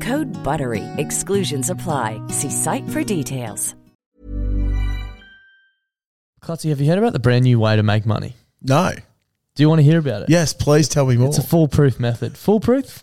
Code BUTTERY. Exclusions apply. See site for details. Clutzy, have you heard about the brand new way to make money? No. Do you want to hear about it? Yes, please tell me more. It's a foolproof method. Foolproof?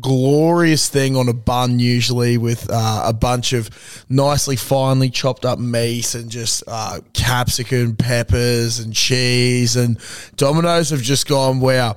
glorious thing on a bun, usually with uh, a bunch of nicely finely chopped up meat and just uh, capsicum, peppers, and cheese. And Domino's have just gone, wow.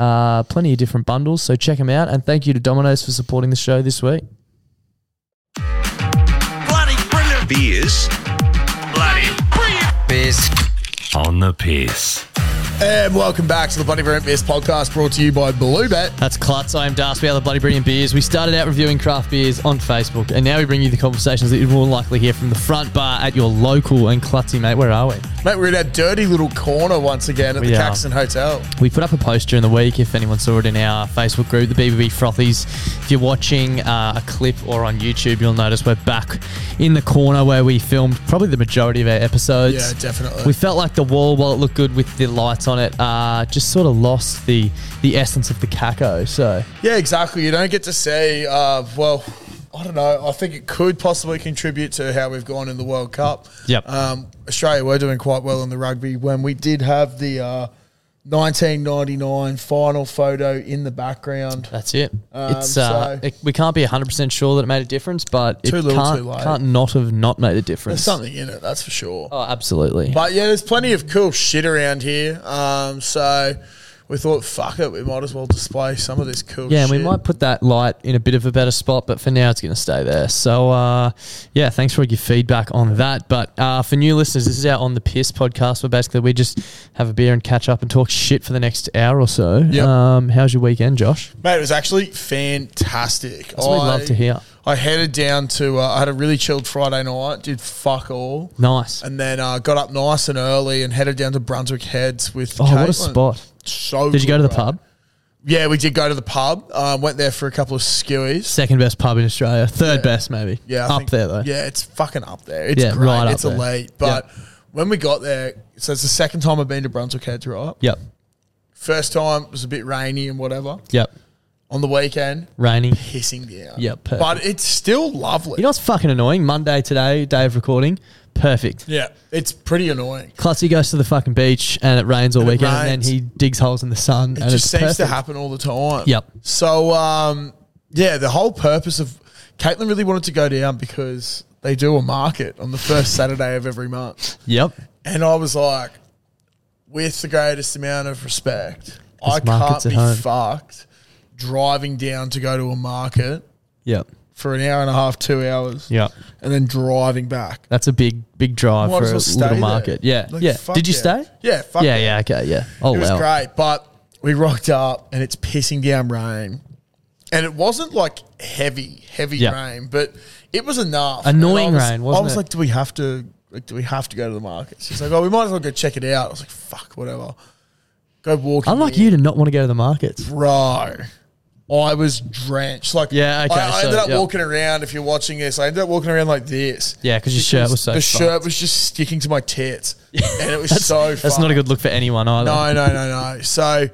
Uh, plenty of different bundles, so check them out. And thank you to Domino's for supporting the show this week. Bloody brilliant. beers Bloody brilliant. on the piss. And welcome back to the Bloody Brent Beers podcast brought to you by Bluebet. That's Klutz. I am Darcy. We are the Bloody Brilliant Beers. We started out reviewing craft beers on Facebook, and now we bring you the conversations that you will likely hear from the front bar at your local. And Klutzy, mate, where are we? Mate, we're in our dirty little corner once again at We the are. Caxton Hotel. We put up a post during the week, if anyone saw it in our Facebook group, the BBB Frothies. If you're watching uh, a clip or on YouTube, you'll notice we're back in the corner where we filmed probably the majority of our episodes. Yeah, definitely. We felt like the wall, while it looked good with the lights on it, uh, just sort of lost the the essence of the caco. So Yeah, exactly. You don't get to see, uh, well, I don't know. I think it could possibly contribute to how we've gone in the World Cup. Yep. Um, Australia were doing quite well in the rugby when we did have the uh, 1999 final photo in the background. That's it. Um, it's uh, so- it- we can't be hundred percent sure that it made a difference, but it Too little, can't too late. can't not have not made a difference. There's something in it, that's for sure. Oh, absolutely. But yeah, there's plenty of cool shit around here. Um, so we thought, fuck it, we might as well display some of this cool yeah, and shit. we might put that light in a bit of a better spot, but for now it's going to stay there. So, uh, yeah, thanks for your feedback on that. But uh, for new listeners, this is our On the Piss podcast where basically we just have a beer and catch up and talk shit for the next hour or so. Yep. Um, how's your weekend, Josh? Mate, it was actually fantastic. That's what we'd love to hear. I headed down to, uh, I had a really chilled Friday night, did fuck all, Nice. and then uh, got up nice and early and headed down to Brunswick Heads with Oh, what a Caitlin. spot. So Did you go to good, the bro. pub? Yeah, we did go to the pub. Uh, went there for a couple of skewies. Second best pub in Australia. Third best, maybe. Yeah, I Up think- there, though. Yeah, it's fucking up there. It's Yeah, great. right up it's there. elite. But when we got there, so it's the second time I've been to Brunswick Heads, right? Yep. First time it was a bit rainy and whatever. Yep. on the weekend, Rainy. pissing down. Yeah, perfect. But it's still lovely. You know what's fucking annoying? Monday today, day of recording. Perfect. yeah, it's pretty annoying. Clutzy goes to the fucking beach and it rains all And it weekend and rains. then he digs holes in the sun. It and just it's seems to perfect. happen all the time. Yep. So, um, yeah, the whole purpose of Caitlin really wanted to go down because they do a market on the first Saturday of every month. Yep. And I was like, with the greatest amount of respect, I There's can't markets be at home. fucked driving down to go to a market Yep. for an hour and a half, two hours, Yep. and then driving back. That's a big, big drive Might for as a well stay little there. market. Yeah. Like, yeah. fuck Did you yeah. stay? Yeah, fuck yeah, yeah. yeah. Okay. Yeah. Oh, It was wow. great, but we rocked up and it's pissing down rain. And it wasn't like heavy, heavy Yeah. rain, but it was enough. Annoying And I was- rain, wasn't I was it? like, do we have to like, do we have to go to the market? She's like, oh, we might as well go check it out. I was like, fuck, whatever. Go walking. Unlike in. you to not want to go to the markets. bro. I was drenched. Like, Yeah, okay, I, I so, ended up yeah. walking around. If you're watching this, I ended up walking around like this. Yeah, 'cause your shirt was so The shirt fucked. was just sticking to my tits, and it was so. That's not a fucked. good look for anyone either. No, no, no, no. So,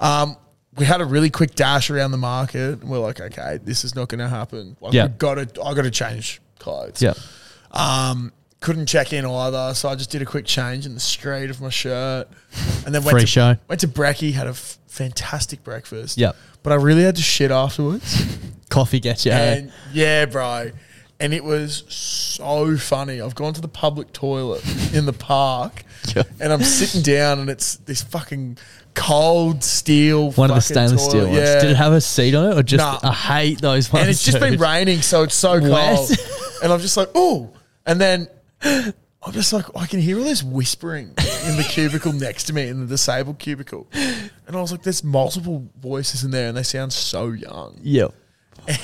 um, we had a really quick dash around the market, and we're like, okay, this is not going to happen. Like, Yeah. we got to. I got to change clothes. Yep. Um, couldn't check in either, so I just did a quick change in the street of my shirt, and then went Free to, show. Went to Bracky, had a f- fantastic breakfast. Yep. but I really had to shit afterwards, Coffee gets you. uh, and yeah, bro, and it was so funny. I've gone to the public toilet in the park, Yeah. and I'm sitting down, and it's this fucking cold steel, One of the fucking stainless steel toilet. ones. Yeah. Did it have a seat on it or just? Nah. I hate those ones. and it's just been dude. raining, so it's so Wet. cold. and I'm just like, oh. And then I'm just like, I can hear all this whispering in the cubicle next to me in the disabled cubicle. And I was like, there's multiple voices in there, and they sound so young. Yep.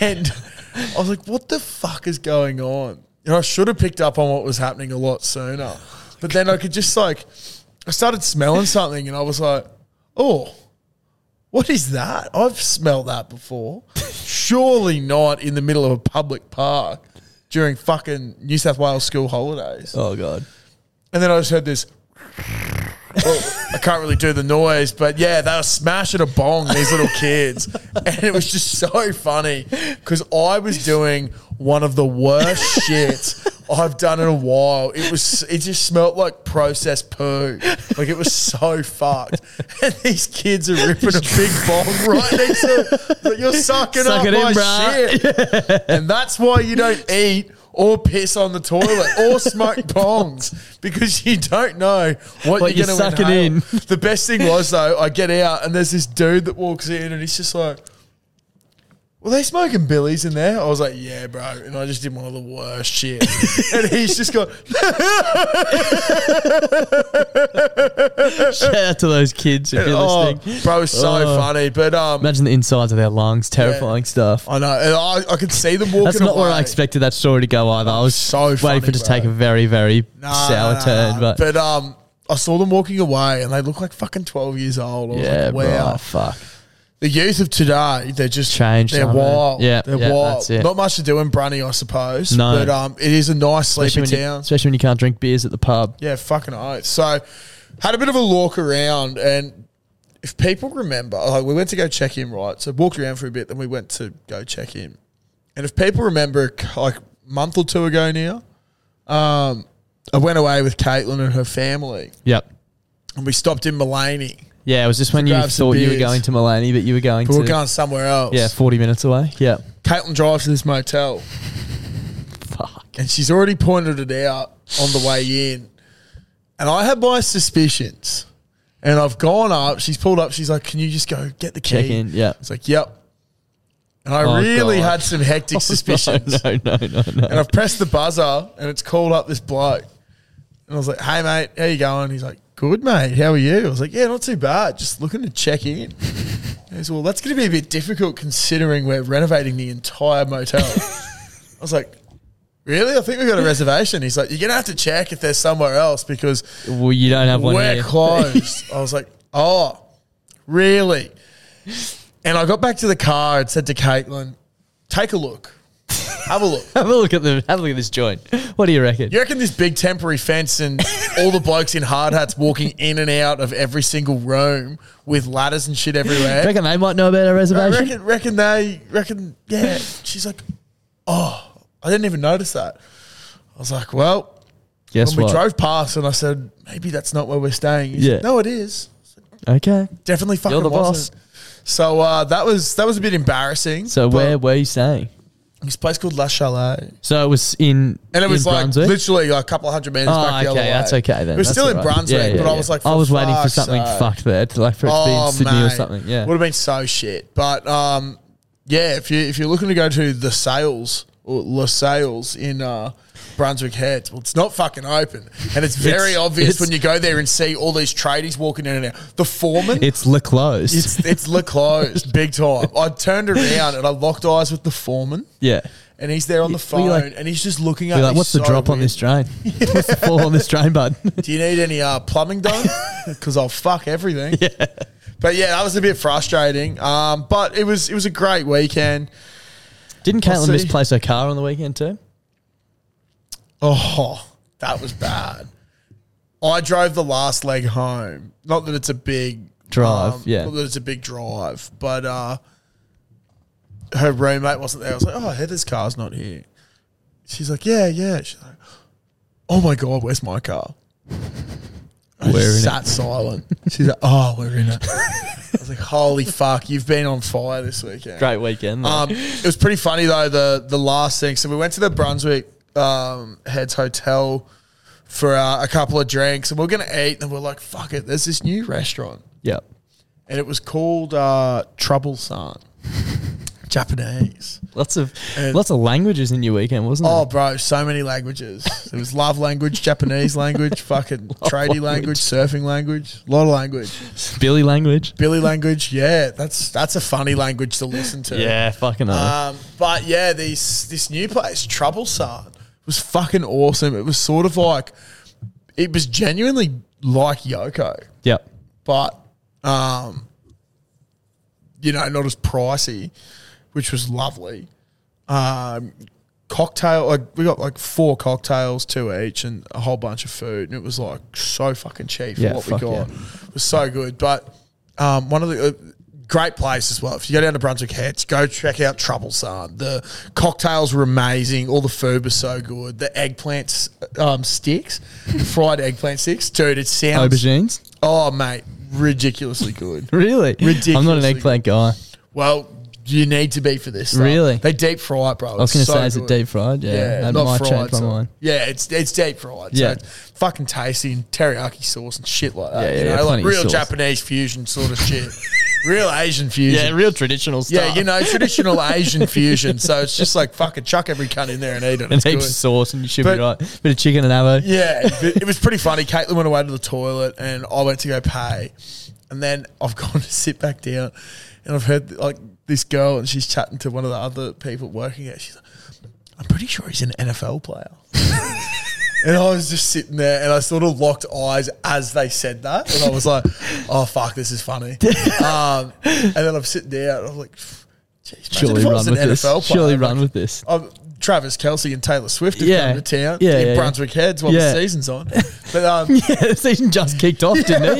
And I was like, what the fuck is going on? And I should have picked up on what was happening a lot sooner. But then I could just like, I started smelling something, and I was like, oh. What is that? I've smelled that before. Surely not in the middle of a public park during fucking New South Wales school holidays. Oh god. And then I just heard this. Well, I can't really do the noise, but yeah, they were smashing a bong, these little kids. And it was just so funny because I was doing one of the worst shit I've done in a while. It was, it just smelled like processed poo. Like it was so fucked. And these kids are ripping a big bong right next to like, You're sucking Suck up it in, my bruh. shit. And that's why you don't eat or piss on the toilet or smoke bongs because you don't know what, What you're you're going to sucking inhale. in. The best thing was though, I get out and there's this dude that walks in and he's just like, "Well, they smoking billies in there?" I was like, "Yeah, bro," and I just did one of the worst shit. and he's just got Shout out to those kids if you're oh, listening. bro, it was so Oh. funny. But um, Imagine the insides of their lungs. Terrifying stuff. I know, and I, I could see them walking. That's not where I away. expected that story to go either. I was so waiting funny, for it to bro. take a very, very Nah, sour nah, nah, turn. nah. But, um, I saw them walking away, and they look like fucking twelve years old. I was yeah, like, wow. bro, fuck. The youth of today, they're just Changed, They're haven't they? wild. Yeah, they're yeah, wild. that's it. Not much to do in Brunny, I suppose. No. but um, it is a nice sleepy Especially when, you, town. especially when you can't drink beers at the pub. Yeah, fucking oath. So had a bit of a walk around and if people remember, like we went to go check in, right? So walked around for a bit, then we went to go check in. And if people remember like a month or two ago now, um, I went away with Caitlin and her family Yep. and we stopped in Mullaney. Yeah, it was this when you grab some thought you were beers. going to Mullaney, but you were going But to we're going somewhere else. yeah, forty minutes away. Yeah, Caitlin drives to this motel. fuck. and she's already pointed it out on the way in. And I had my suspicions. And I've gone up. She's pulled up. She's like, "Can you just go get the key?" Check in, yeah. It's like, "Yep." And I Oh, really God. Oh, had some hectic suspicions. No, no, no, no. And I've pressed the buzzer, and it's called up this bloke. And I was like, "Hey, mate, how you going?" He's like, "Good, mate. How are you?" I was like, "Yeah, not too bad. Just looking to check in." He goes, "Well, that's going to be a bit difficult considering we're renovating the entire motel." I was like, "Really? I think we got a reservation." He's like, "You're going to have to check if there's somewhere else because Well, you don't have one we're here. closed. I was like, oh, really? And I got back to the car and said to Caitlin, take a look. Have a look. Have a look at the have a look at this joint. What do you reckon? You reckon this big temporary fence and all the blokes in hard hats walking in and out of every single room with ladders and shit everywhere? reckon they might know about our I reservation. reckon, reckon they reckon. Yeah, she's like, oh, I didn't even notice that. I was like, well, Guess when we what? drove past, and I said, maybe that's not where we're staying. He's Yeah. like, no, it is. okay. Definitely fucking the boss. wasn't. So uh, that was that was a bit embarrassing. So but where were you staying? this place called La Chalet, So it was in and it was in like Brunswick? literally like a couple of hundred meters Oh, back the okay, other way. that's okay then. It was That's still in all right. Brunswick, Yeah, yeah, but I yeah. was like, Oh, I for was waiting for fuck's something sake. fucked there, to like for it to be in Sydney or something. Yeah, would have been so shit. But um, yeah, if you if you're looking to go to the sales or La Sales in uh, Brunswick Heads, well, it's not fucking open, and it's very It's- obvious it's- when you go there and see all these tradies walking in and out. The foreman. it's Le Close. It's it's Le closed, big time. I turned around and I locked eyes with the foreman, yeah. and he's there on the Were phone, you like- and he's just looking at Be me. like, what's the so drop on weird. this drain? what's the fall on this drain, bud? Do you need any uh, plumbing done? Because I'll fuck everything. Yeah. But yeah, that was a bit frustrating. Um, but it was it was a great weekend. Didn't I'll Caitlin see. misplace her car on the weekend too? Oh, that was bad. I drove the last leg home. Not that it's a big Drive, yeah. Not that it's a big drive, but uh, her roommate wasn't there. I was like, oh, Heather's car's not here. She's like, yeah, yeah. She's like, oh my god, where's my car? I We're in it. just sat silent. She's like, oh, we're in it. I was like, holy fuck, you've been on fire this weekend. Great weekend. though. Um, it was pretty funny though. The the last thing. So we went to the Brunswick um, Heads Hotel for uh, a couple of drinks, and we are gonna eat. And we're like, "Fuck it!" There's this new restaurant, yep. and it was called uh, Trouble San, Japanese. Lots of And- lots of languages in your weekend, wasn't Oh, it? bro, so many languages. It was love language, Japanese language, fucking tradie language, surfing language, lot of language. Billy language. Billy language, yeah, that's that's a funny language to listen to. Yeah, fucking hell. Um, but yeah, these this new place, Trouble Sard, was fucking awesome. It was sort of like it was genuinely like Yoko, yep. but um, you know, not as pricey, which was lovely. Um, cocktail, like we got like four cocktails, two each, and a whole bunch of food, and it was like so fucking cheap for Yeah, what we fuck got. yeah. It was so good, but um, one of the uh, great places as well. If you go down to Brunswick Heads, go check out Trouble Sun. The cocktails were amazing. All the food was so good. The eggplant um, sticks, fried eggplant sticks, dude. It sounds Aubergines. Oh, mate, ridiculously good. Really? I'm not an Ridiculously eggplant guy. well, you need to be for this. Stuff. Really? They deep fry it, bro. I was going to say, is it deep fried? Yeah, Yeah, that not might fried. change my so- mind. Yeah, it's it's deep fried. Yeah. So it's fucking tasty and teriyaki sauce and shit like that. Yeah, yeah, you know, yeah, like plenty of real sauce. Japanese fusion sort of shit. real Asian fusion. real traditional Yeah, you know, traditional Asian fusion. So it's just like fucking chuck every cunt in there and eat it. and It's heaps good. of sauce, and you should But- be right. Bit of chicken and avo. Yeah, but it was pretty funny. Caitlin went away to the toilet, and I went to go pay, and then I've gone to sit back down, and I've heard like this girl, and she's chatting to one of the other people working at. She's like, "I'm pretty sure he's an NFL player." And I was just sitting there, and I sort of locked eyes as they said that, and I was like, "Oh fuck, this is funny." Um, and then I'm sitting there, and I'm like, "Jeez, imagine Surely if I run was an with this. NFL player." Surely like, run with this. um, Travis Kelsey and Taylor Swift have Yeah. come to town Yeah, in yeah, yeah. Brunswick Heads while Yeah. the season's on. But um, Yeah, the season just kicked off, didn't it?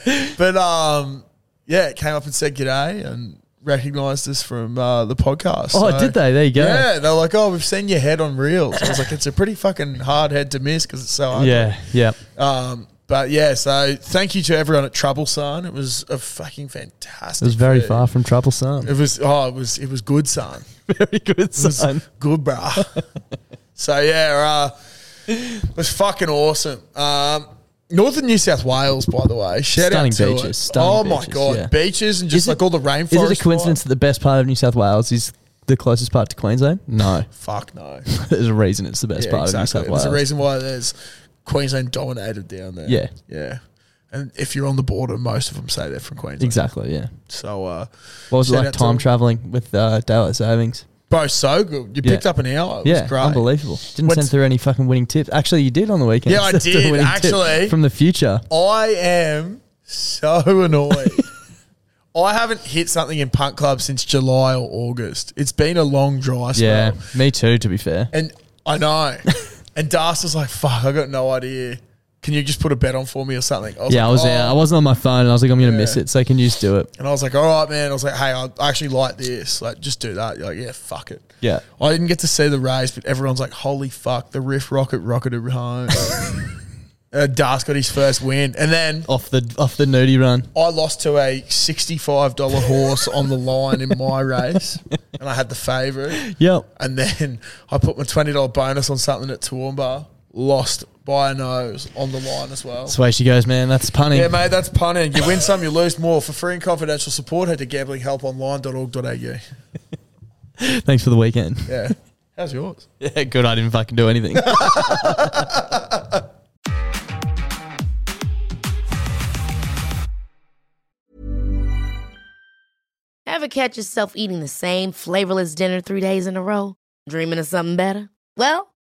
Yeah. but um, yeah, it came up and said g'day and recognised us from uh, the podcast. Oh, So- did they? There you go. Yeah, they're like, oh, we've seen your head on reels. I was like, it's a pretty fucking hard head to miss because it's so ugly. Yeah, yeah. Um, but yeah, so thank you to everyone at Trouble Sun. It was a fucking fantastic. It was very food. far from troublesome. It was oh, it was it was good, son. Very good was good, bruh. so yeah, uh, it was fucking awesome. Um, Northern New South Wales, by the way, shout Stunning out to beaches, it. stunning oh my beaches, god, yeah. beaches and just Is like it- all the rainforest. Oh, Is it a coincidence vibe. that the best part of New South Wales is the closest part to Queensland? No. Fuck no. There's a reason it's the best Yeah, part exactly. of New There's South a Wales. reason why there's Queensland dominated down there. Yeah. yeah. And if you're on the border, most of them say they're from Queensland. Exactly, yeah. So, uh, What was it shout like out to time them. travelling with uh, daylight savings? Bro, so good. You Yeah. picked up an hour. It Yeah, was great. unbelievable. Didn't What's- send through any fucking winning tips. Actually, you did on the weekend. Yeah, I Sent through a did, winning tip actually. from the future. I am so annoyed. I haven't hit something in punt club since July or August. It's been a long dry spell. Yeah, me too. To be fair, And I know. and Das was like, fuck, I got no idea. Can you just put a bet on for me or something? I yeah, I like, was "Oh." out. I wasn't on my phone, and I was like, I'm gonna miss Yeah. it. So can you just do it? And I was like, all right, man. I was like, hey, I actually like this. Like, just do that. You're like, yeah, fuck it. Yeah. I didn't get to see the race, but everyone's like, holy fuck, the Riff Rocket rocketed home. uh, Das got his first win. And then Off the off the nudie run. I lost to a $65 horse on the line in my race, and I had the favourite. Yep. And then I put my $20 bonus on something at Toowoomba, lost by a nose on the line as well. That's the way she goes, man. That's punning. Yeah, mate, that's punning. You win some, you lose more. For free and confidential support, head to gamblinghelponline.org.au. Thanks for the weekend. Yeah. How's yours? Yeah, good. I didn't fucking do anything. Ever catch yourself eating the same flavorless dinner three days in a row? Dreaming of something better? Well,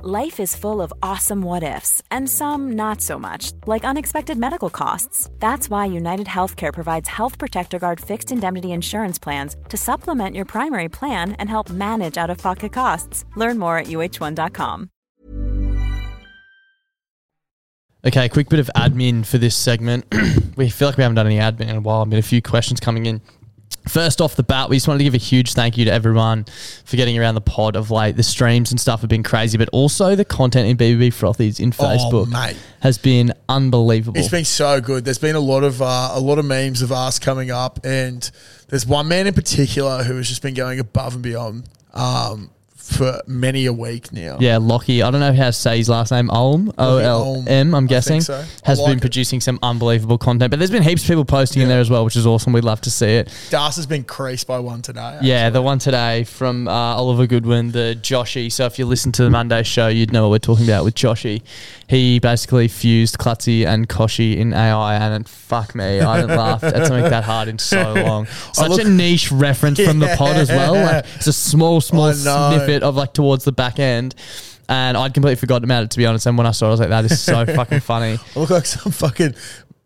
Life is full of awesome what ifs, and some not so much, like unexpected medical costs. That's why United Healthcare provides Health Protector Guard fixed indemnity insurance plans to supplement your primary plan and help manage out of pocket costs. Learn more at uh1.com. Okay, quick bit of admin for this segment. we feel like we haven't done any admin in a while. I've been a few questions coming in. First off the bat, we just wanted to give a huge thank you to everyone for getting around the pod of late. The streams and stuff have been crazy, but also the content in BBB Frothies in Facebook mate. has been unbelievable. Oh, It's been so good. There's been a lot of uh, a lot of memes of us coming up, and there's one man in particular who has just been going above and beyond um, for many a week now. yeah, Lockie. I don't know how to say his last name. Olm, O L M. I'm I guessing think so. I has like been it. producing some unbelievable content. But there's been heaps of people posting in there as well, which is awesome. We'd love to see it. Das has been creased by one today. Yeah, the one today from uh, Oliver Goodwin, the Joshy. So if you listen to the Monday show, you'd know what we're talking about with Joshy. He basically fused Klutzy and Koshy in AI, and it, fuck me, I haven't laughed at something that hard in so long. Such look- a niche reference from the pod as well. Like, it's a small, small I know. snippet of like towards the back end. And I'd completely forgotten about it to be honest. And when I saw it, I was like, "That is so fucking funny." I look like some fucking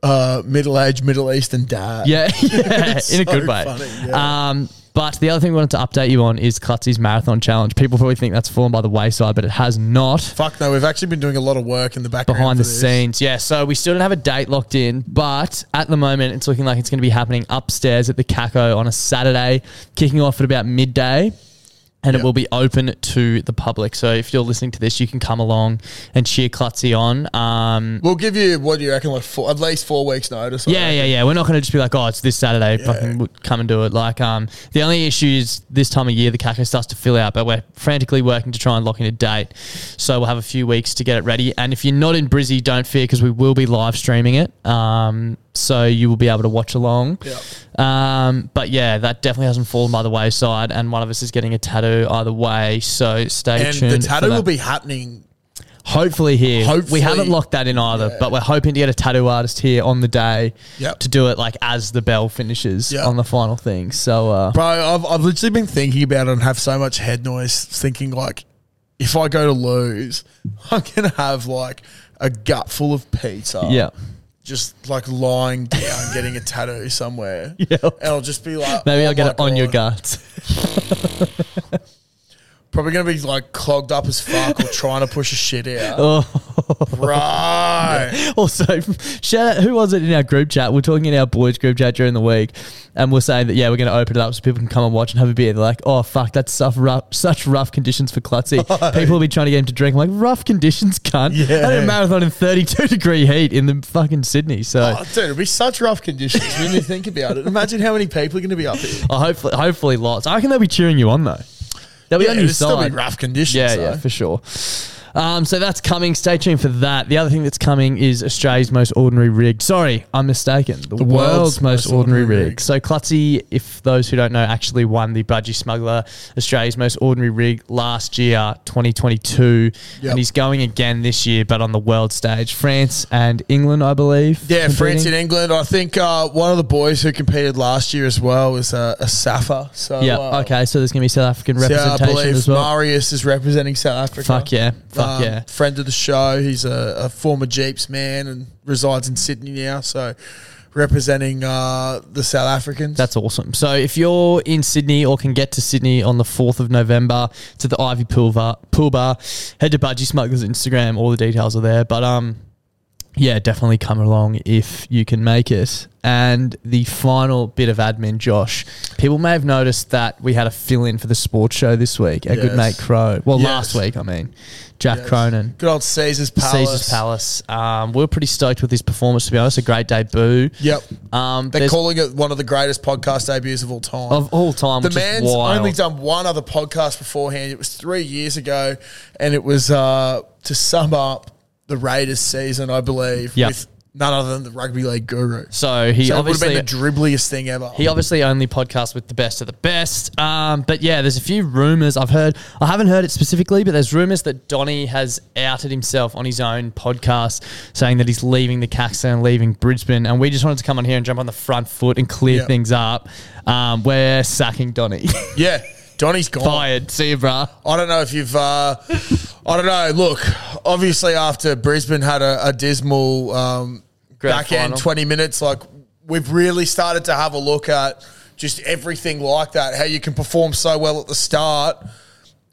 uh, middle-aged Middle Eastern dad. Yeah, yeah, in So a good way. funny, yeah. um, but the other thing we wanted to update you on is Klutzy's marathon challenge. People probably think that's fallen by the wayside, but it has not. Fuck no, we've actually been doing a lot of work in the background Behind for the this. scenes, yeah. So we still don't have a date locked in, but at the moment it's looking like it's going to be happening upstairs at the Caco on a Saturday, kicking off at about midday, and it will be open to the public. So if you're listening to this, you can come along and cheer Klutzy on. Um, We'll give you what do you reckon, like four, at least four weeks' notice. I Yeah, reckon. yeah, yeah. We're not going to just be like, oh, it's this Saturday, fucking w- come and do it. Like, um, the only issue is this time of year the caco starts to fill out, but we're frantically working to try and lock in a date. So we'll have a few weeks to get it ready. And if you're not in Brizzy, don't fear because we will be live streaming it. Um, so you will be able to watch along. Um, but yeah, that definitely hasn't fallen by the wayside, and one of us is getting a tattoo either way. So stay And tuned. the for tattoo that. will be happening Hopefully here. Hopefully. we haven't locked that in either, but we're hoping to get a tattoo artist here on the day Yep. to do it like as the bell finishes Yep. on the final thing. So uh, Bro, I've, I've literally been thinking about it and have so much head noise thinking like, if I go to lose, I'm going to have like a gut full of pizza. yeah, Just like lying down, getting a tattoo somewhere. Yeah. And I'll just be like, maybe oh I'll get my it on your God. guts. Probably going to be like clogged up as fuck or trying to push a shit out. Oh. Right. also, shout out who was it in our group chat? We're talking in our boys group chat during the week, and we're saying that yeah, we're going to open it up so people can come and watch and have a beer. They're like, oh fuck, that's such rough, such rough conditions for Klutzy. Oh. People will be trying to get him to drink. I'm like rough conditions, cunt. I did a marathon in 32 degree heat in the fucking Sydney. So Oh, dude, it'd be such rough conditions when you think about it. Imagine how many people are going to be up here. Oh, hopefully, hopefully lots. I reckon they'll be cheering you on though. They'll be Yeah, on your it'd still side. be rough conditions. yeah, though. yeah, for sure. Um, so that's coming. Stay tuned for that. The other thing that's coming is Australia's most ordinary rig. Sorry, I'm mistaken. The, world's, most, ordinary, rig. So Klutzy, if those who don't know, actually won the Budgie Smuggler Australia's most ordinary rig last year, 2022, Yep. and he's going again this year, but on the world stage, France and England, I believe. Yeah, France competing. and England. I think uh, one of the boys who competed last year as well was uh, a Safa. So Yeah. uh, okay. So there's gonna be South African so I representation believe as well. Marius is representing South Africa. Fuck yeah. Fuck Um, yeah. Friend of the show. He's a, a former Jeeps man and resides in Sydney now. So representing uh, the South Africans. That's awesome. So if you're in Sydney or can get to Sydney on the 4th of November to the Ivy Pool Bar, pool bar head to Budgie Smugglers Instagram. All the details are there. But um, yeah, definitely come along if you can make it. And the final bit of admin, Josh. People may have noticed that we had a fill in for the sports show this week. A good Yes. mate Crow. Well, last Yes. week, I mean. Jack Cronin. good old Caesar's Palace. Caesar's Palace. Um, we were pretty stoked with his performance, to be honest. A great debut. Yep. Um, They're there's- calling it one of the greatest podcast debuts of all time. of all time. the which man's is wild. only done one other podcast beforehand. It was three years ago, and it was uh, to sum up the Raiders season, I believe, Yep. with none other than the rugby league guru. So he So it would have obviously been the dribbliest thing ever. he obviously only podcasts with the best of the best. Um, but yeah, there's a few rumors I've heard. I haven't heard it specifically, but there's rumors that Donny has outed himself on his own podcast, saying that he's leaving the Caxton and leaving Brisbane. And we just wanted to come on here and jump on the front foot and clear Yeah. things up. Um, we're sacking Donny. yeah, Donny's gone. Fired. See you, bruh. I don't know if you've. Uh, I don't know. Look, obviously, after Brisbane had a, a dismal um, Grand back end final. 20 minutes, like we've really started to have a look at just everything like that, how you can perform so well at the start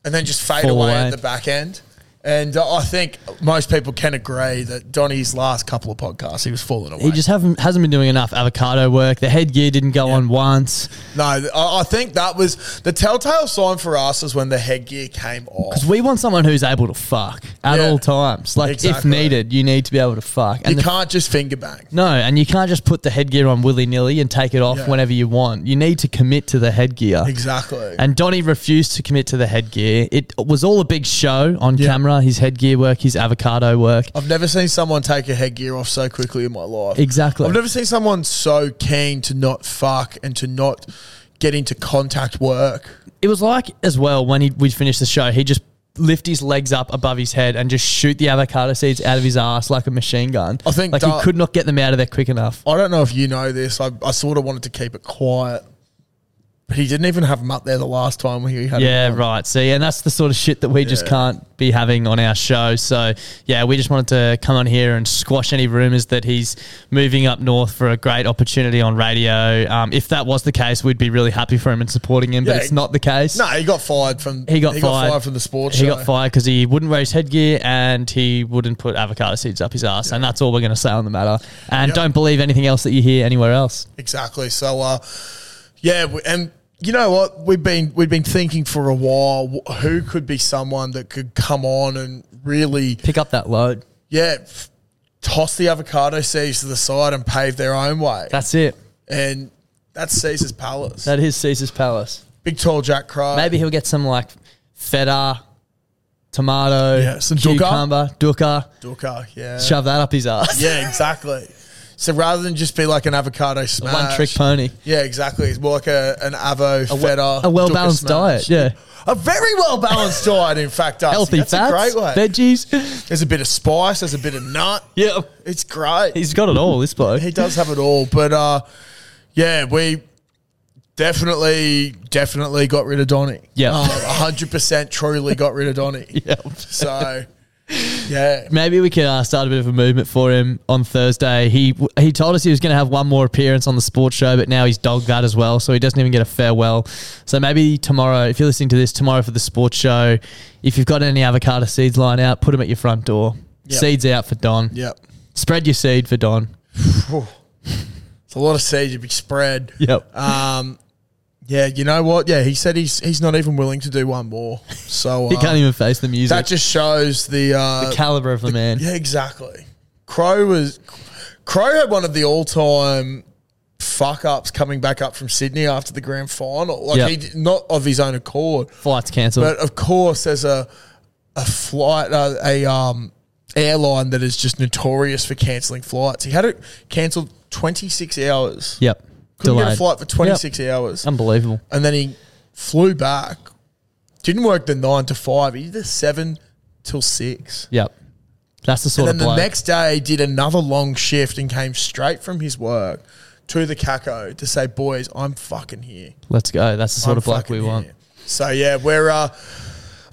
and then just fade Fall away, away. at the back end. And uh, I think most people can agree that Donny's last couple of podcasts, he was falling away. He just haven't hasn't been doing enough avocado work. The headgear didn't go on once. no, th- I, I think that was the telltale sign for us is when the headgear came off. Because we want someone who's able to fuck at Yeah. all times. Like, Exactly. if needed, you need to be able to fuck. And You the- can't just finger bang. no, and you can't just put the headgear on willy nilly and take it off Yeah. whenever you want. You need to commit to the headgear. Exactly. And Donnie refused to commit to the headgear. It was all a big show on Yeah. camera his headgear work, his avocado work. I've never seen someone take a headgear off so quickly in my life. Exactly. I've never seen someone so keen to not fuck and to not get into contact work. It was like, as well, when he, we'd finish the show, he'd just lift his legs up above his head and just shoot the avocado seeds out of his ass like a machine gun. I think like that- he could not get them out of there quick enough. I don't know if you know this. I, I sort of wanted to keep it quiet, but he didn't even have him up there the last time when he had. him Yeah, on. right. See, and that's the sort of shit that we just can't be having on our show. So, yeah, we just wanted to come on here and squash any rumors that he's moving up north for a great opportunity on radio. Um, if that was the case, we'd be really happy for him and supporting him, but Yeah. it's not the case. No, he got fired from. He got fired. from the sports. He show. got fired because he wouldn't wear his headgear and he wouldn't put avocado seeds up his ass. And that's all we're going to say on the matter. And don't believe anything else that you hear anywhere else. Exactly. So, uh, yeah, we, and you know what? We've been we've been thinking for a while. wh- Who could be someone that could come on and really Pick up that load. yeah, f- toss the avocado seeds to the side and pave their own way. That's it. and that's Caesar's Palace. That is Caesar's Palace. Big tall Jack Crow. Maybe he'll get some like feta, tomato, Yeah, some dukkha. cucumber, dukkha. Dooker, yeah. Shove that up his ass. Yeah, exactly. so rather than just be like an avocado smash. One trick pony. Yeah, exactly. It's more like a, an avo A, we- feta. a well Dooker balanced smash. diet. Yeah. A very well balanced diet, in fact, Darcy. Healthy That's fats, a great way. veggies. There's a bit of spice, there's a bit of nut. yeah. It's great. He's got it all, this bloke. he does have it all. But uh, yeah, we definitely, definitely got rid of Donny. Yeah. Uh, 100% truly got rid of Donny. Yeah. So, yeah. Maybe we can uh, start a bit of a movement for him on Thursday. He he told us he was going to have one more appearance on the sports show, but now he's dogged that as well, so he doesn't even get a farewell. So maybe tomorrow, if you're listening to this tomorrow for the sports show, if you've got any avocado seeds lying out, put them at your front door. Yep. Seeds out for Don. Yep. Spread your seed for Don. It's a lot of seed to be spread. Yep. Um, yeah, you know what? Yeah, he said he's he's not even willing to do one more. So uh, he can't even face the music. that just shows the, uh, the caliber of the, man. yeah, exactly. Crow was Crow had one of the all time fuck ups coming back up from Sydney after the grand final. Like Yep. he did- not of his own accord, Flights cancelled. but of course there's a a flight, uh, a um, airline that is just notorious for cancelling flights. He had it cancelled 26 hours. Yep. Couldn't get Delayed. Um, a flight for 26 hours. Yep. Unbelievable. and then he flew back. Didn't work the nine to five. He did the seven till six. Yep. That's the And sort then of the bloke. next day did another long shift and came straight from his work to the caco to say, boys, I'm fucking here. Let's go. That's the sort I'm of bloke we fucking want. here. So yeah, we're uh,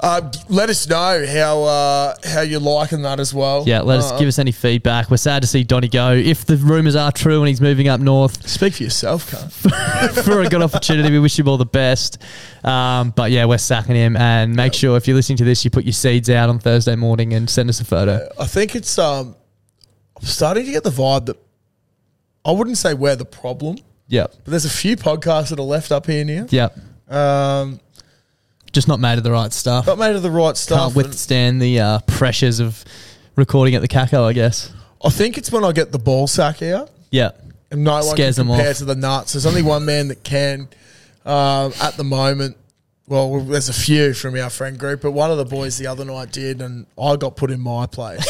uh, let us know how uh, how you're liking that as well. Yeah, let us Uh, give us any feedback. We're sad to see Donny go. If the rumours are true and he's moving up north Speak for yourself, cunt. for a good opportunity, we wish him all the best. Um, but yeah, we're sacking him. And make sure if you're listening to this, you put your seeds out on Thursday morning and send us a photo. I think it's um, I'm starting to get the vibe that I wouldn't say we're the problem, Yep. but there's a few podcasts that are left up here now. Yep. Um, Just not made of the right stuff. not made of the right Can't stuff. and withstand the uh, pressures of recording at the Caco, I guess. I think it's when I get the ball sack out. Yep. and no one can Scares them compare off. to the nuts. There's only one man that can um, at the moment. Well, there's a few from our friend group, but one of the boys the other night did, and I got put in my place.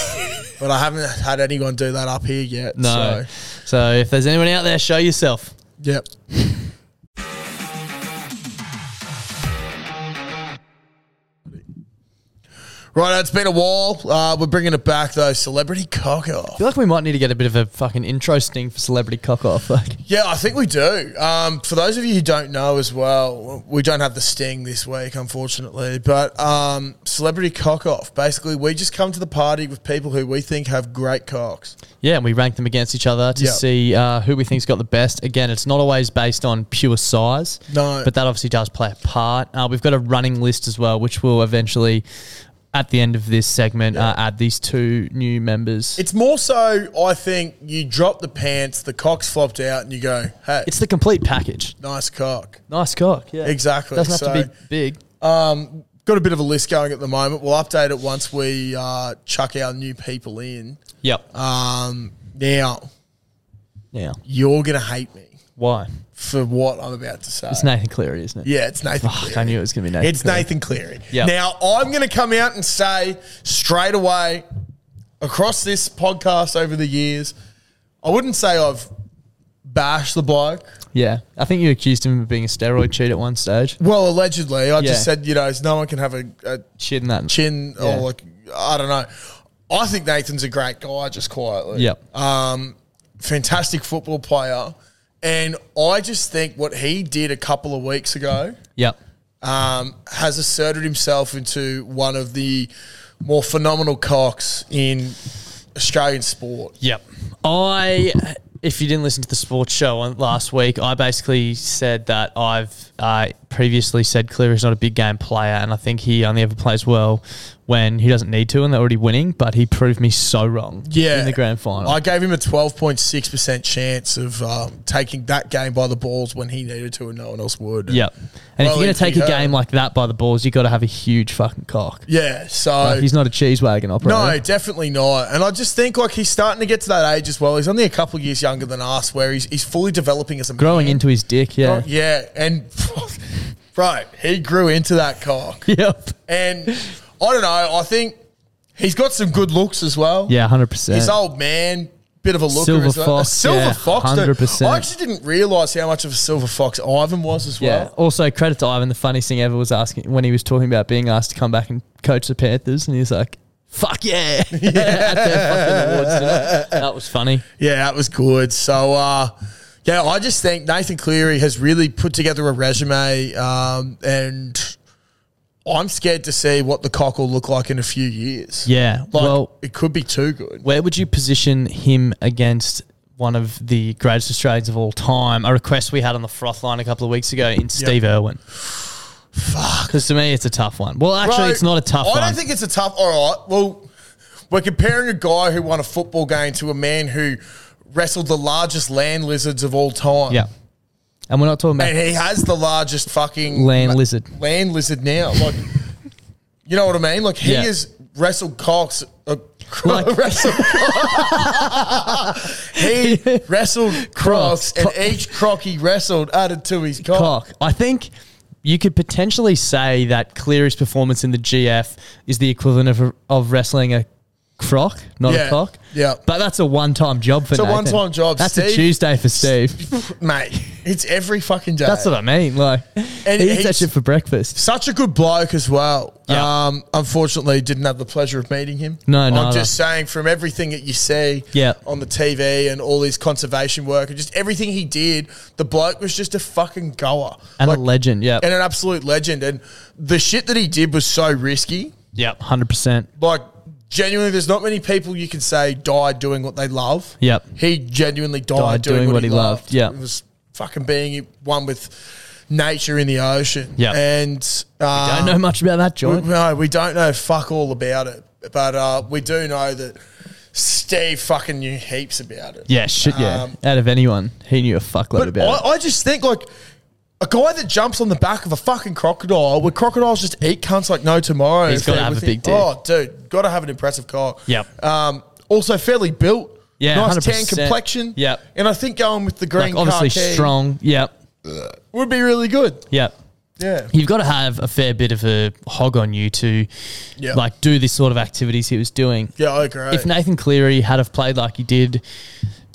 but I haven't had anyone do that up here yet. No. So, So. if there's anyone out there, show yourself. yep. Right, it's been a while. Uh, we're bringing it back though. Celebrity cock I off. feel like we might need to get a bit of a fucking intro sting for celebrity cock off. Like, Yeah, I think we do. Um, for those of you who don't know as well, we don't have the sting this week, unfortunately. But um, celebrity cock off. Basically, we just come to the party with people who we think have great cocks. yeah, and we rank them against each other to Yeah. see uh, who we think's got the best. Again, it's not always based on pure size. No. But that obviously does play a part. Uh, we've got a running list as well, which will eventually, at the end of this segment, uh, add these two new members. It's more so, I think, you drop the pants, the cock's flopped out, and you go, "Hey, It's the complete package. nice cock." Nice cock. Yeah. Exactly, Doesn't have to so- be big. Got a bit of a list going at the moment. We'll update it once we uh, chuck our new people in. Yep. Um, now now, you're gonna hate me why? for what I'm about to say. It's Nathan Cleary, isn't it? Yeah, it's Nathan. Fuck, Cleary. I knew it was going to be Nathan. It's Cleary. Nathan Cleary. Yeah. Now I'm going to come out and say straight away across this podcast over the years, I wouldn't say I've bashed the bloke. Yeah, I think you accused him of being a steroid cheat at one stage. Well, allegedly, I Yeah. just said you know no one can have a, a Shitting that. chin Yeah. or like I don't know. I think Nathan's a great guy, just quietly. Yep. Um, fantastic football player, and I just think what he did a couple of weeks ago. Yep. um, has asserted himself into one of the more phenomenal cocks in Australian sport. Yep. I, if you didn't listen to the sports show on last week, I basically said that I've uh, previously said Cleary's not a big game player, and I think he only ever plays well when he doesn't need to and they're already winning. But he proved me so wrong. Yeah, In the grand final. I gave him a twelve point six percent chance of um, taking that game by the balls when he needed to, and no one else would. yep. And if Well, you're going if to take he a had- game like that by the balls, you got to have a huge fucking cock. yeah. So Like, he's not a cheese wagon operator. No, definitely not. And I just think like he's starting to get to that age as well. He's only a couple of years younger than us, where he's he's fully developing as a Growing man. into his dick. Yeah. yeah, and bro, he grew into that cock. Yep. And I don't know. I think he's got some good looks as well. Yeah, hundred percent. His old man, bit of a looker. Silver as well. fox, silver yeah, fox. dude. 100%. I actually didn't realise how much of a silver fox Ivan was as Yeah. well. Also, credit to Ivan. The funniest thing ever was asking when he was talking about being asked to come back and coach the Panthers, and he was like, "Fuck yeah!" At their fucking awards dinner. that was funny. Yeah, that was good. So, uh, yeah, I just think Nathan Cleary has really put together a resume, um, and I'm scared to see what the cock will look like in a few years. Yeah. like well, it could be too good. where would you position him against? One of the greatest Australians of all time, a request we had on the froth line a couple of weeks ago in Steve Irwin. Fuck. Because to me, it's a tough one. Well, actually, Bro, it's not a tough I one. don't think it's a tough. All right. Well, we're comparing a guy who won a football game to a man who wrestled the largest land lizards of all time. yeah. And we're not talking about And he has the largest fucking land lizard. land lizard now. Like, you know what I mean? Like, he Yeah. has wrestled cocks. Uh, Like- wrestled he wrestled crocs, Crocs. and each croc he wrestled added to his cock. cock. I think you could potentially say that Cleary's performance in the GF is the equivalent of, of wrestling a croc, not Yeah, a cock. yeah. But that's a one time job for It's a Nathan. one-time job, That's a Steve. Tuesday for Steve. Mate, it's every fucking day. That's what I mean. Like, And he eats that he's- shit for breakfast. Such a good bloke as well. Yeah. Um, unfortunately, didn't have the pleasure of meeting him. No, I'm neither. just saying from everything that you see Yeah. on the TV and all his conservation work and just everything he did, the bloke was just a fucking goer. And Like, a legend. Yeah. and an absolute legend. And the shit that he did was so risky. Yep. 100%. Like, genuinely, there's not many people you can say died doing what they love. Yep. He genuinely died, Died doing, what, he loved. yeah. It was fucking being one with nature in the ocean. Yeah. And. Um, mm-hmm. Don't know much about that we, joint. no, we don't know fuck all about it, but uh, we do know that Steve fucking knew heaps about it. Yeah, shit, yeah. Um, Out of anyone, he knew a fuckload but about I, it. I just think like a guy that jumps on the back of a fucking crocodile, where crocodiles just eat cunts like no tomorrow. He's if gotta they're have a within- big dick. Oh, dude, got to have an impressive car. Yep. Um, also fairly built. Yeah, nice 100%. tan complexion. Yep. and I think going with the green Like, obviously khaki strong. Yep. would be really good. Yep. Yeah, You've got to have a fair bit of a hog on you to Yeah. like do this sort of activities he was doing. yeah, I agree. If Nathan Cleary had have played like he did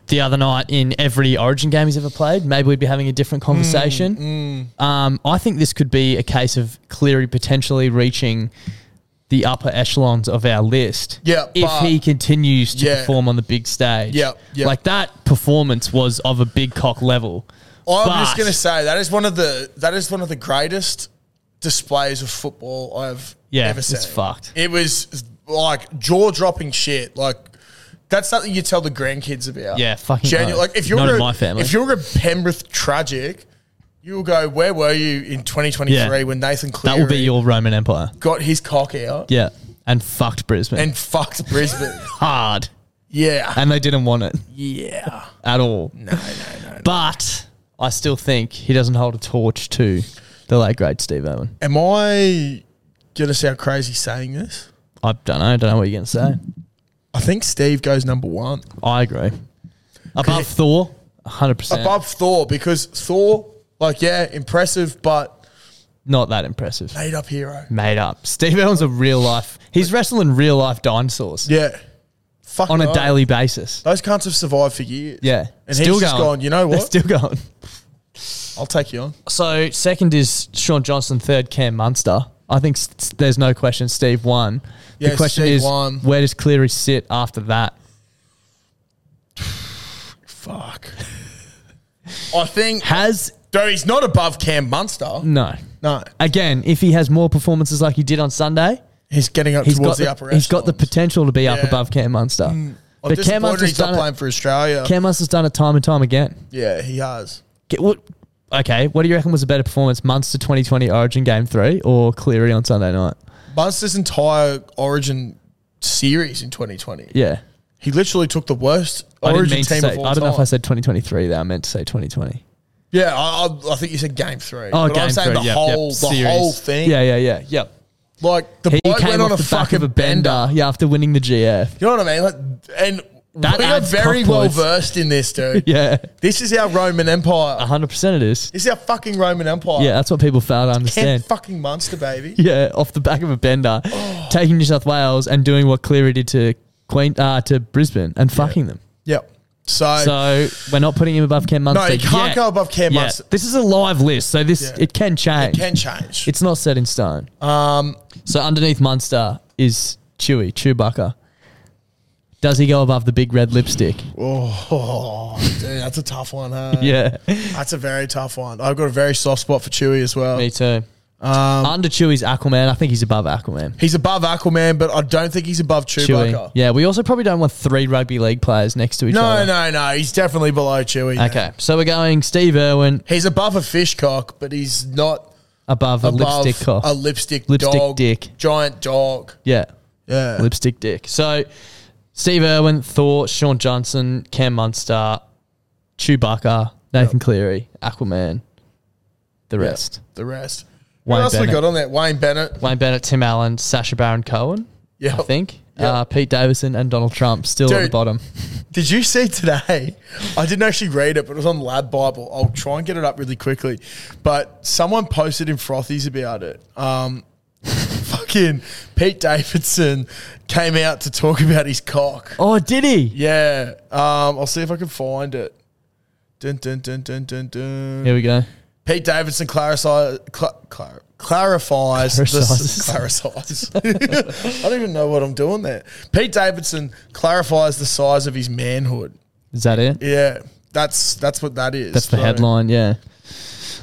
the other night in every Origin game he's ever played, maybe we'd be having a Mm, different conversation. Um, I think this could be a case of Cleary potentially reaching the upper echelons of our list. Yeah, if but- he continues to Yeah. perform on the big stage. Yeah, yeah. like that performance was of a big cock level. I'm But- just gonna say that is one of the that is one of the greatest displays of football I've Yeah, ever it's seen. fucked. It was like jaw dropping shit. Like that's something you tell the grandkids about. Yeah, fucking Genu- oath. Like if you're Not in a, my family. if you're a Penrith tragic, you'll go. Where were you in 2023 Yeah. when Nathan Cleary That will be your Roman Empire. got his cock out Yeah, and fucked Brisbane and fucked Brisbane? hard, yeah, and they didn't want it. yeah. at all. No, no, no. But I still think he doesn't hold a torch to the late great Steve Owen. Am I gonna sound crazy saying this? I don't know. I don't know what you're going to say. I think Steve goes number one. I agree. Above Correct. Thor, 100%. above Thor because Thor, like, yeah, impressive, but Not that impressive. made up hero. Made up. Steve Owen's a real life. He's wrestling real life dinosaurs Yeah. Fuck on a no. daily basis. Those cunts have survived for years. Yeah. And he's just gone, "You know They're what? still going. I'll take you on. So second is Sean Johnson, third Cam Munster. I think s- s- there's no question Steve won. Yeah, the question Steve is won. where does Cleary sit after that? Fuck. I think, Has though he's not above Cam Munster. no. No. Again, if he has more performances like he did on Sunday, He's getting up he's got towards the, the, upper he's got the echelons. potential to be up Yeah. Mm. Oh, above Cam Munster. I'm But Cam disappointed Munster's he's not done playing it. for Australia. Cam Munster's done it time and time again. yeah, he has. Get, what, okay, what do you reckon was a better performance, Munster 2020 Origin Game Three or Cleary on Sunday night? Munster's entire origin series in 2020. Yeah, He literally took the worst I didn't origin mean to team say. of all I don't know if time. I said 2023 there. I meant to say 2020. Yeah, I, I, I think you said game three. Oh, but game I'm saying three, the yep, whole yep, the series. whole thing. Yeah, yeah, yeah, yep. Like the He bloke came went off on a the back fucking of a bender, yeah, after winning the GF. You know what I mean? Like, and That we are adds very cock well points. versed in this, dude. Yeah, This is our Roman Empire. hundred percent it is. This is our fucking Roman Empire. Yeah, that's what people fail to Ten understand. fucking monster, baby. Yeah, off the back of a bender, Oh. taking New South Wales and doing what Cleary did to Queen uh, to Brisbane and fucking them. Yep. So, So we're not putting him above Cam Munster. he can't yet. go above Cam Yet. Munster. This is a live list, so this Yeah. it can change. can change. It's not set in stone. Um. So underneath Munster is Chewy Chewbacca. Does he go above the big red lipstick? oh, dude, that's a tough one, huh? Yeah, That's a very tough one. I've got a very soft spot for Chewy as well. me too. Um, Under Chewy's Aquaman, I think he's above Aquaman. He's above Aquaman, but I don't think he's above Chewbacca. Chewy. Yeah, we also probably don't want three rugby league players next to each No, other. no, no. He's definitely below Chewy. yeah. Okay, so we're going Steve Irwin He's above a fish cock, but he's not above, above a lipstick cock. a lipstick, Lipstick dog, dick. giant dog. yeah, Yeah. lipstick dick. So Steve Irwin, Thor, Sean Johnson, Cam Munster, Chewbacca, Nathan Cleary, Aquaman, the rest. the rest. Wayne what else Bennett. we got on that? Wayne Bennett. Wayne Bennett, Tim Allen, Sasha Baron Cohen, Yeah. I think. uh, Pete Davison, and Donald Trump still at the Dude. bottom. Did you see today? I didn't actually read it, but it was on Lab Bible. I'll try and get it up really quickly. But someone posted in Frothies about it. Um, fucking Pete Davidson came out to talk about his cock. Oh, did he? Yeah. Um, I'll see if I can find it. Dun, dun, dun, dun, dun, dun. Here we go. Pete Davidson clarifies, cl- clar- clarifies, the, clarifies. I don't even know what I'm doing there. Pete Davidson clarifies the size of his manhood. Is that it? Yeah, that's that's what that is. That's the So, headline. Yeah.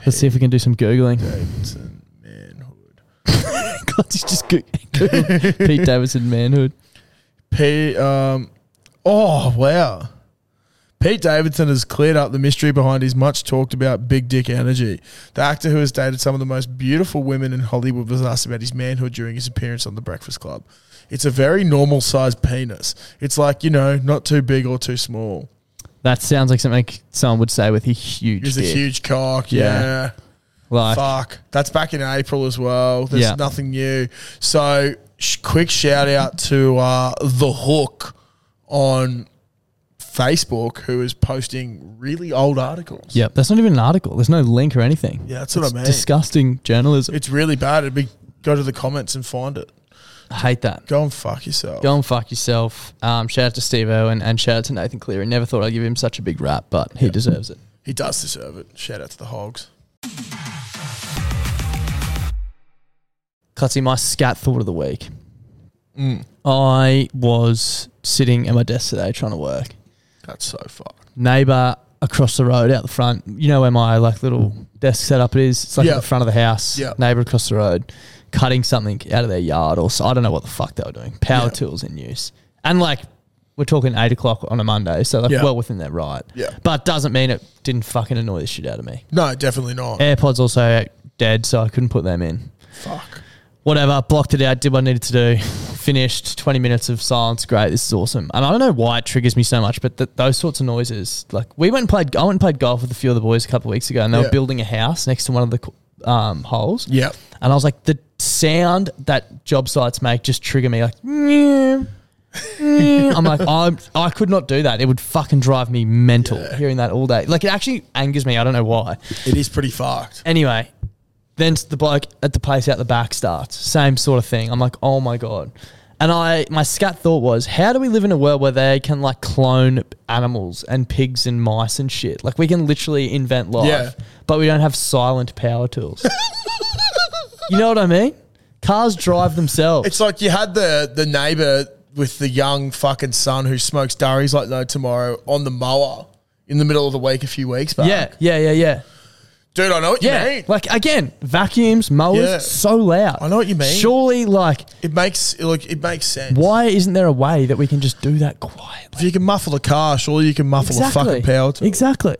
Let's see if we can do some googling. Davidson manhood. God, he's just Goo- Google Pete Davidson manhood. Pete. Um, oh wow. Pete Davidson has cleared up the mystery behind his much talked about big dick energy. The actor who has dated some of the most beautiful women in Hollywood was asked about his manhood during his appearance on The Breakfast Club. It's a very normal sized penis. It's like, you know, not too big or too small. That sounds like something someone would say with a huge. It's a dick. huge cock. Yeah. yeah. Like, Fuck. That's back in April as well. There's Yeah. nothing new. So, sh- quick shout out to uh, The Hook on Facebook, who is posting really old articles. Yep, that's not even an article. There's no link or anything. Yeah, that's what I mean. Disgusting journalism. It's really bad. It'd be, go to the comments and find it. I hate that. Go and fuck yourself. Go and fuck yourself. Um, shout out to Steve Owen and shout out to Nathan Cleary. Never thought I'd give him such a big rap, but he deserves it. He does deserve it. Shout out to the Hogs. Clutzy, my scat thought of the week. Mm. I was sitting at my desk today trying to work. That's so fucked. Neighbour across the road out the front, you know where my like little desk setup is? It's like Yeah. at the front of the house. Yeah. Neighbour across the road cutting something out of their yard or so. I don't know what the fuck they were doing. Power tools in use. And like we're talking eight o'clock on a Monday, so like Yeah. well within their right. Yeah. But doesn't mean it didn't fucking annoy the shit out of me. No, definitely not. AirPods also dead, so I couldn't put them in. Fuck. Whatever, blocked it out, did what I needed to do, finished 20 minutes of silence. Great, this is awesome. And I don't know why it triggers me so much, but th- those sorts of noises, like we went and played, I went and played golf with a few of the boys a couple of weeks ago, and they Yeah. were building a house next to one of the co- um, holes. Yep. And I was like, the sound that job sites make just trigger me, like, "Meow, meow." I'm like, I'm, I could not do that. It would fucking drive me mental hearing that all day. Like, it actually angers me. I don't know why. It is pretty fucked. Anyway, then the bloke at the place out the back starts. Same sort of thing. I'm like, oh my god. And I my scat thought was, how do we live in a world where they can like clone animals and pigs and mice and shit? Like we can literally invent life, Yeah. but we don't have silent power tools. you know what I mean? Cars drive themselves. It's like you had the the neighbor with the young fucking son who smokes durries like no tomorrow on the mower in the middle of the week a few weeks back. yeah, yeah, yeah, yeah. dude, I know what Yeah. you mean. Like again, vacuums, mowers, Yeah. so loud. I know what you mean. Surely like It makes look, it makes sense. why isn't there a way that we can just do that quietly? If you can muffle a car, surely you can muffle a fucking power tool. Exactly.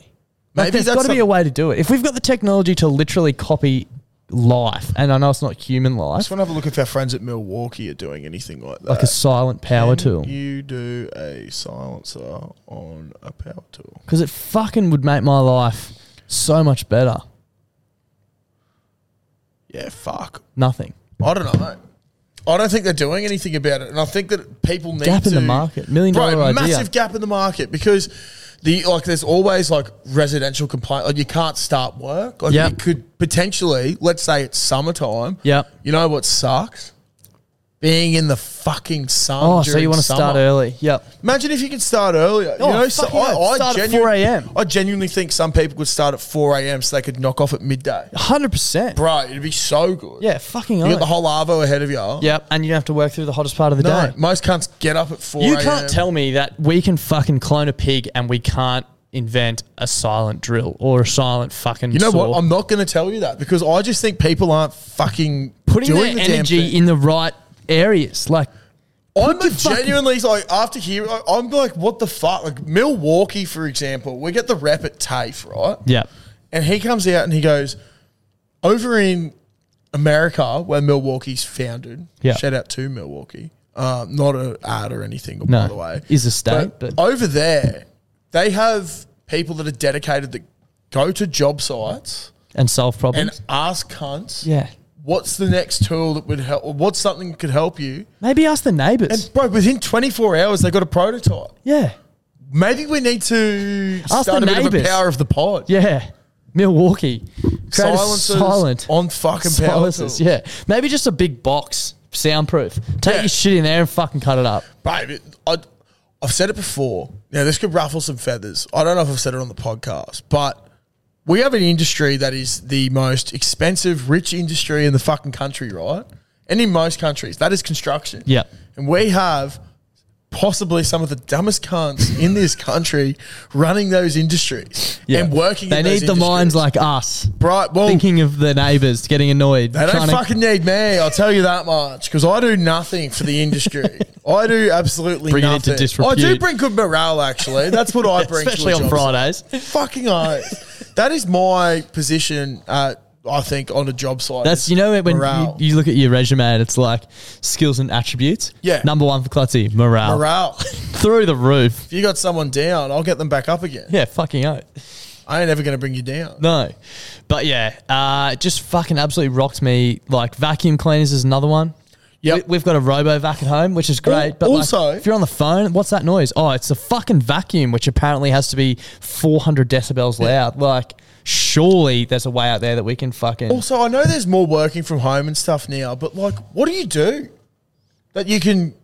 Maybe Like, there's that's got to be some- a way to do it. If we've got the technology to literally copy life, and I know it's not human I life, just want to have a look if our friends at Milwaukee are doing anything like that. like a silent power tool, You do a silencer on a power tool. because it fucking would make my life so much better. Yeah, fuck. Nothing. I don't know. I don't think they're doing anything about it, and I think that people need Gap to, in the market. Million dollar Bro, idea. Massive gap in the market because the like there's always like residential complaint. Like you can't start work. Like Yeah. you could potentially, let's say it's summertime. Yep. You know what sucks? Being in the fucking sun. Oh, so you want to start early? Yep. Imagine if you could start earlier. Oh, you know, so fucking I, hell, I start at genu- 4 a.m.. I genuinely think some people could start at 4 a.m. so they could knock off at midday. Hundred percent. Bro, it'd be so good. Yeah, fucking. You got the oath. whole Arvo ahead of you. Yep, and you don't have to work through the hottest part of the No, day. most cunts get up at 4 You a.m.. can't tell me that we can fucking clone a pig and we can't invent a silent drill or a silent fucking. You know saw. what? I'm not going to tell you that because I just think people aren't fucking putting their doing the damn energy thing. in the right areas. Like, I'm the fucking- genuinely like after hearing, I- I'm like, what the fuck? Like Milwaukee, for example, we get the rep at TAFE, right? yeah, And he comes out and he goes, over in America where Milwaukee's founded. Yeah. Shout out to Milwaukee. Uh, not a ad or anything, by No. the way. Is a state, but- over there, they have people that are dedicated that go to job sites and solve problems. and ask cunts yeah, what's the next tool that would help? What's something that could help you? Maybe ask the neighbours. And bro, within 24 hours, they got a prototype. yeah. Maybe we need to Ask start the a bit of a neighbours. power of the pod. Yeah. Milwaukee. Create a Silencers silent. on fucking power Silencers, tools. yeah. Maybe just a big box, soundproof. Take Yeah. your shit in there and fucking cut it up. Babe, it- I, I've said it before. Now, this could ruffle some feathers. I don't know if I've said it on the podcast, but we have an industry that is the most expensive, rich industry in the fucking country, right? And in most countries, that is construction. Yep. And we have possibly some of the dumbest cunts in this country running those industries Yeah. and working They in need those the minds industries. like us. Right, well, thinking of the neighbours getting annoyed. they don't trying to- fucking need me. I'll tell you that much because I do nothing for the industry. I do absolutely Bring it into nothing. I disrepute. do bring good morale. Actually, that's what I bring. to a especially on job Fridays. site. Fucking oath. that is my position. Uh, I think on a job site. That's is you know when you, morale. you look at your resume and it's like skills and attributes. Yeah. Number one for Clutzy, morale. morale. Through the roof. if you got someone down, I'll get them back up again. Yeah, fucking oath. I ain't ever going to bring you down. No. But yeah, uh, it just fucking absolutely rocked me. Like vacuum cleaners is another one. Yep. We, have got a RoboVac at home, which is great. Al- but like, also- if you're on the phone, what's that noise? Oh, it's a fucking vacuum, which apparently has to be 400 decibels loud. Like, surely there's a way out there that we can fucking. Also, I know there's more working from home and stuff now, but like, what do you do that you can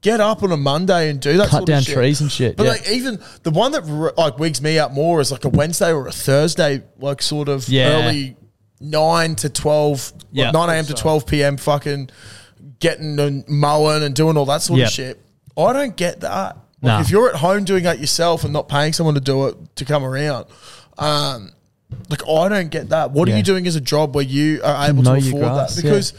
get up on a Monday and do that? Cut sort down of shit? trees and shit, But yeah. like, even the one that r- like wigs me out more is like a Wednesday or a Thursday, like sort of Yeah. early nine to twelve, Yeah. like, nine a.m. to twelve p.m. Fucking getting and mowing and doing all that sort Yep. of shit. I don't get that. Like, Nah. If you're at home doing that yourself and not paying someone to do it to come around, um, like I don't get that. What are Yeah. you doing as a job where you are able mow to your afford grass, that? yeah. Because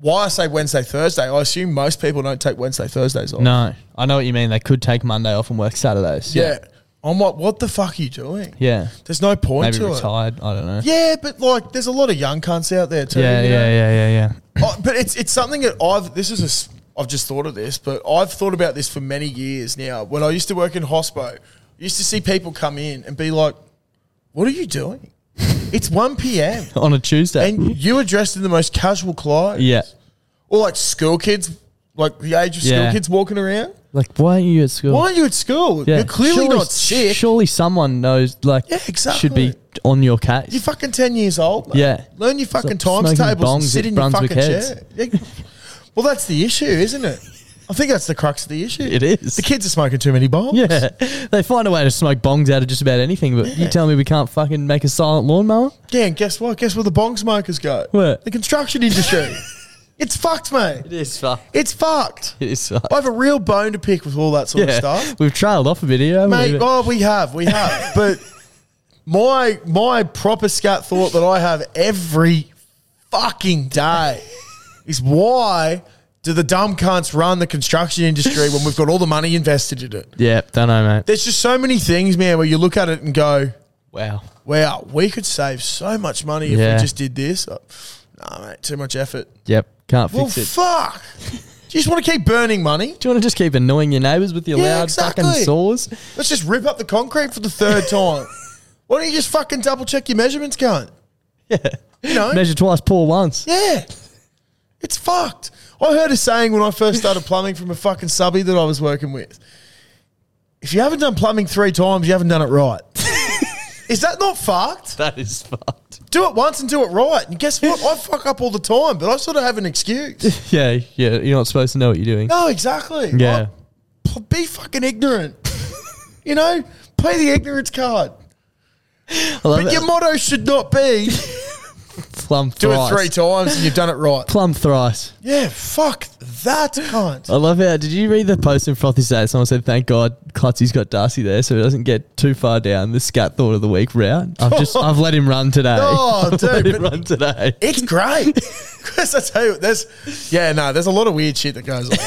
why I say Wednesday Thursday, I assume most people don't take Wednesday Thursdays off. No, I know what you mean. They could take Monday off and work Saturdays. Yeah. I'm like, what the fuck are you doing? Yeah. There's no point Maybe to retired. I don't know. it. Yeah, but like, there's a lot of young cunts out there too. Yeah, you know? yeah, yeah, yeah, yeah. Oh, but it's it's something that I've this is a s- I've just thought of this, but I've thought about this for many years now. When I used to work in hospo, I used to see people come in and be like, "What are you doing? it's one p.m. On a Tuesday. and you are dressed in the most casual clothes." Hmm? yeah. or like school kids, like the age of school Yeah. kids walking around. Like, why aren't you at school? Why aren't you at school? Yeah. You're clearly surely, not sick. Surely someone knows, like, Yeah, should be exactly. on your case. You're fucking ten years old. mate. Yeah. learn your fucking Stop times smoking tables and bongs sit at in your Brunswick fucking Heads. chair. Yeah. Well, that's the issue, isn't it? I think that's the crux of the issue. It is. The kids are smoking too many bongs. yeah, they find a way to smoke bongs out of just about anything. But you tell me we can't fucking make a silent lawnmower? Yeah, and guess what? Guess where the bong smokers go? Where? The construction industry. it's fucked, mate. It is fuck. It's fucked. It is fuck. I have a real bone to pick with all that sort Yeah, of stuff. we've trailed off a bit here, haven't we? Mate, oh, we have, we have. but my my proper scat thought that I have every fucking day is why do the dumb cunts run the construction industry when we've got all the money invested in it? yeah, don't know, mate. There's just so many things, man, where you look at it and go, Wow. wow, we could save so much money if Yeah. we just did this. Uh, Nah, mate, too much effort. Yep, can't Well, fix it. fuck. do you just want to keep burning money? Do you want to just keep annoying your neighbours with your Yeah, loud fucking exactly. saws? Let's just rip up the concrete for the third time. Why don't you just fucking double check your measurements, cunt? Yeah. You know? Measure twice, pour once. yeah. It's fucked. I heard a saying when I first started plumbing from a fucking subby that I was working with. If you haven't done plumbing three times, you haven't done it right. Is that not fucked? That is fucked. Do it once and do it right. And guess what? I fuck up all the time, but I sort of have an excuse. Yeah, yeah. You're not supposed to know what you're doing. No, exactly. yeah. I- P- be fucking ignorant. you know, play the ignorance card. I love But it. your motto should not be plum do thrice. it three times and you've done it right. Plum thrice. yeah, fuck that cunt. I love how. Did you read the post in Frothy Saturday? Someone said, "Thank God, Clutzy's got Darcy there, so he doesn't get too far down the scat thought of the week route." I've just, I've let him run today. Oh, I've let dude, him but- run today. It's great. Because I tell you, what, there's yeah, no, there's a lot of weird shit that goes on.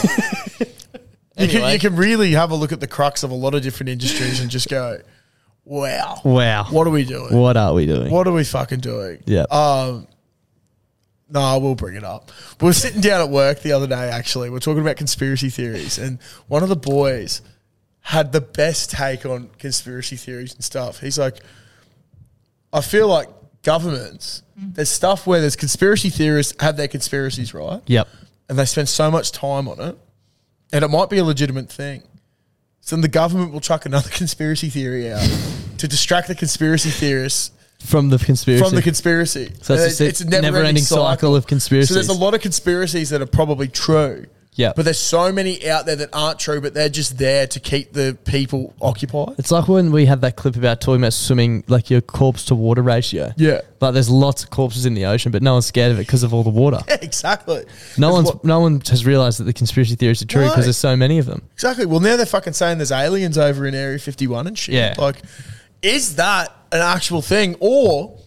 you can Anyway. you can really have a look at the crux of a lot of different industries and just go, wow, Wow. what are we doing? What are we doing? What are we fucking doing? Yeah. Um, no, I will bring it up. We were sitting down at work the other day, actually. We are talking about conspiracy theories, and one of the boys had the best take on conspiracy theories and stuff. He's like, I feel like governments, there's stuff where there's conspiracy theorists have their conspiracies right, Yep. and they spend so much time on it, and it might be a legitimate thing. So then the government will chuck another conspiracy theory out to distract the conspiracy theorists From the conspiracy. from the conspiracy. Uh, So it's And just a never-ending cycle of So there's conspiracies. a lot of conspiracies that are probably true. Yeah. But there's so many out there that aren't true, but they're just there to keep the people occupied. It's like when we had that clip about talking about swimming, like your corpse to water ratio. Yeah. Like there's lots of corpses in the ocean, but no one's scared of it because of all the water. exactly. No That's one's, what- no one has realized that the conspiracy theories are true because No. there's so many of them. exactly. Well, now they're fucking saying there's aliens over in Area 51 and shit. Yeah. Like, is that an actual thing, or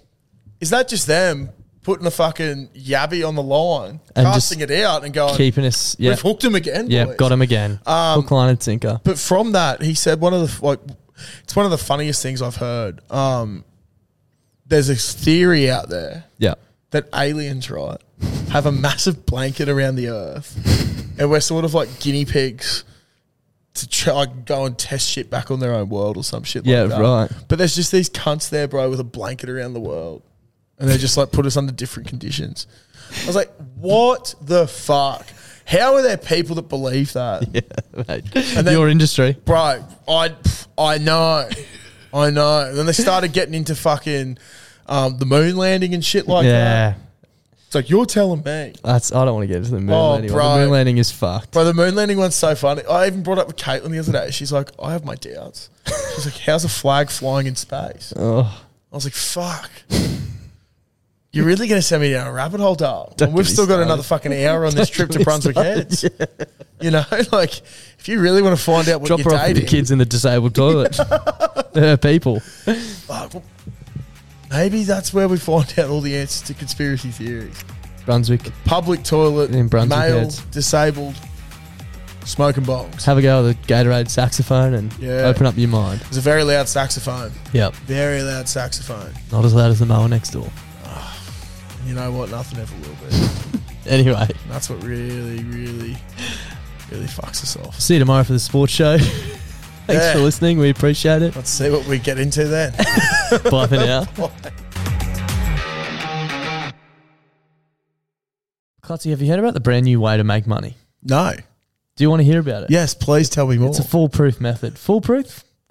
is that just them putting a fucking yabby on the line, And casting just it out, and going, Keeping us, yeah, "We've hooked him again." yeah, boys." Um, got him again. Hook, line, and sinker. But from that, he said one of the like, it's one of the funniest things I've heard. Um, there's this theory out there Yeah, that aliens, right, have a massive blanket around the Earth, and we're sort of like guinea pigs to try like, go and test shit back on their own world or some shit. Yeah, like that. right. But there's just these cunts there, bro, with a blanket around the world, and they just like put us under different conditions. I was like, what the fuck? How are there people that believe that? And then- your industry. bro, I pff, I know, I know. And then they started getting into fucking um, the moon landing and shit like that. yeah, It's like you're telling me, that's. I don't want to get into the moon Oh, landing. bro. The moon landing is fucked. bro. The moon landing one's so funny. I even brought up with Caitlin the other day. She's like, I have my doubts. She's like, how's a flag flying in space? Oh, I was like, fuck. You're really gonna send me down a rabbit hole, dark. Don't And we've get me still got started. another fucking hour on this trip to Brunswick Heads. You know, like if you really want to find out what drop you're her off with dating, the kids in the disabled toilet. Her people. Fuck, well, maybe that's where we find out all the answers to conspiracy theories. Brunswick. Public toilet, In Brunswick male, Heads. disabled, smoking bombs. Have a go at the Gatorade saxophone and Yeah. open up your mind. There's a very loud saxophone. Yep. Very loud saxophone. Not as loud as the mower next door. And you know what? Nothing ever will be. And Anyway, that's what really, really, really fucks us off. see you tomorrow for the sports show. Thanks Yeah. for listening. We appreciate it. Let's see what we get into then. Bye for now. Clutzy, have you heard about the brand new way to make money? no. Do you want to hear about it? Yes, please tell me more. It's a foolproof method. Foolproof?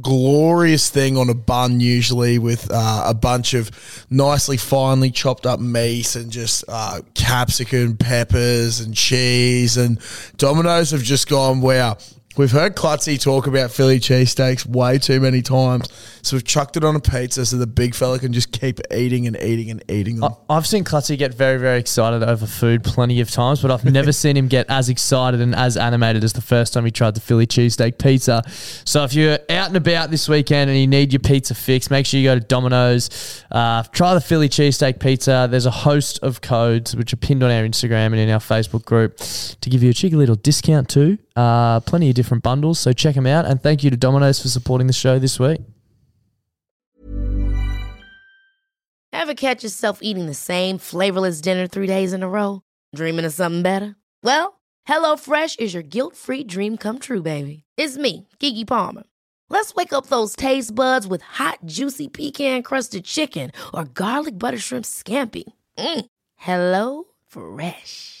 glorious thing on a bun, usually with uh, a bunch of nicely finely chopped up meat and just uh, capsicum, peppers, and cheese. And Domino's have just gone, wow. We've heard Klutzy talk about Philly cheesesteaks way too many times. So we've chucked it on a pizza so the big fella can just keep eating and eating and eating them. I- I've seen Klutzy get very, very excited over food plenty of times, but I've never seen him get as excited and as animated as the first time he tried the Philly cheesesteak pizza. So if you're out and about this weekend and you need your pizza fix, make sure you go to Domino's. Uh, try the Philly cheesesteak pizza. There's a host of codes which are pinned on our Instagram and in our Facebook group to give you a cheeky little discount too. Uh, plenty of different bundles, so check them out. And thank you to Domino's for supporting the show this week. Ever catch yourself eating the same flavorless dinner three days in a row? Dreaming of something better? Well, HelloFresh is your guilt free dream come true, baby. It's me, Gigi Palmer. Let's wake up those taste buds with hot, juicy pecan crusted chicken or garlic butter shrimp scampi. Mm. Hello Fresh.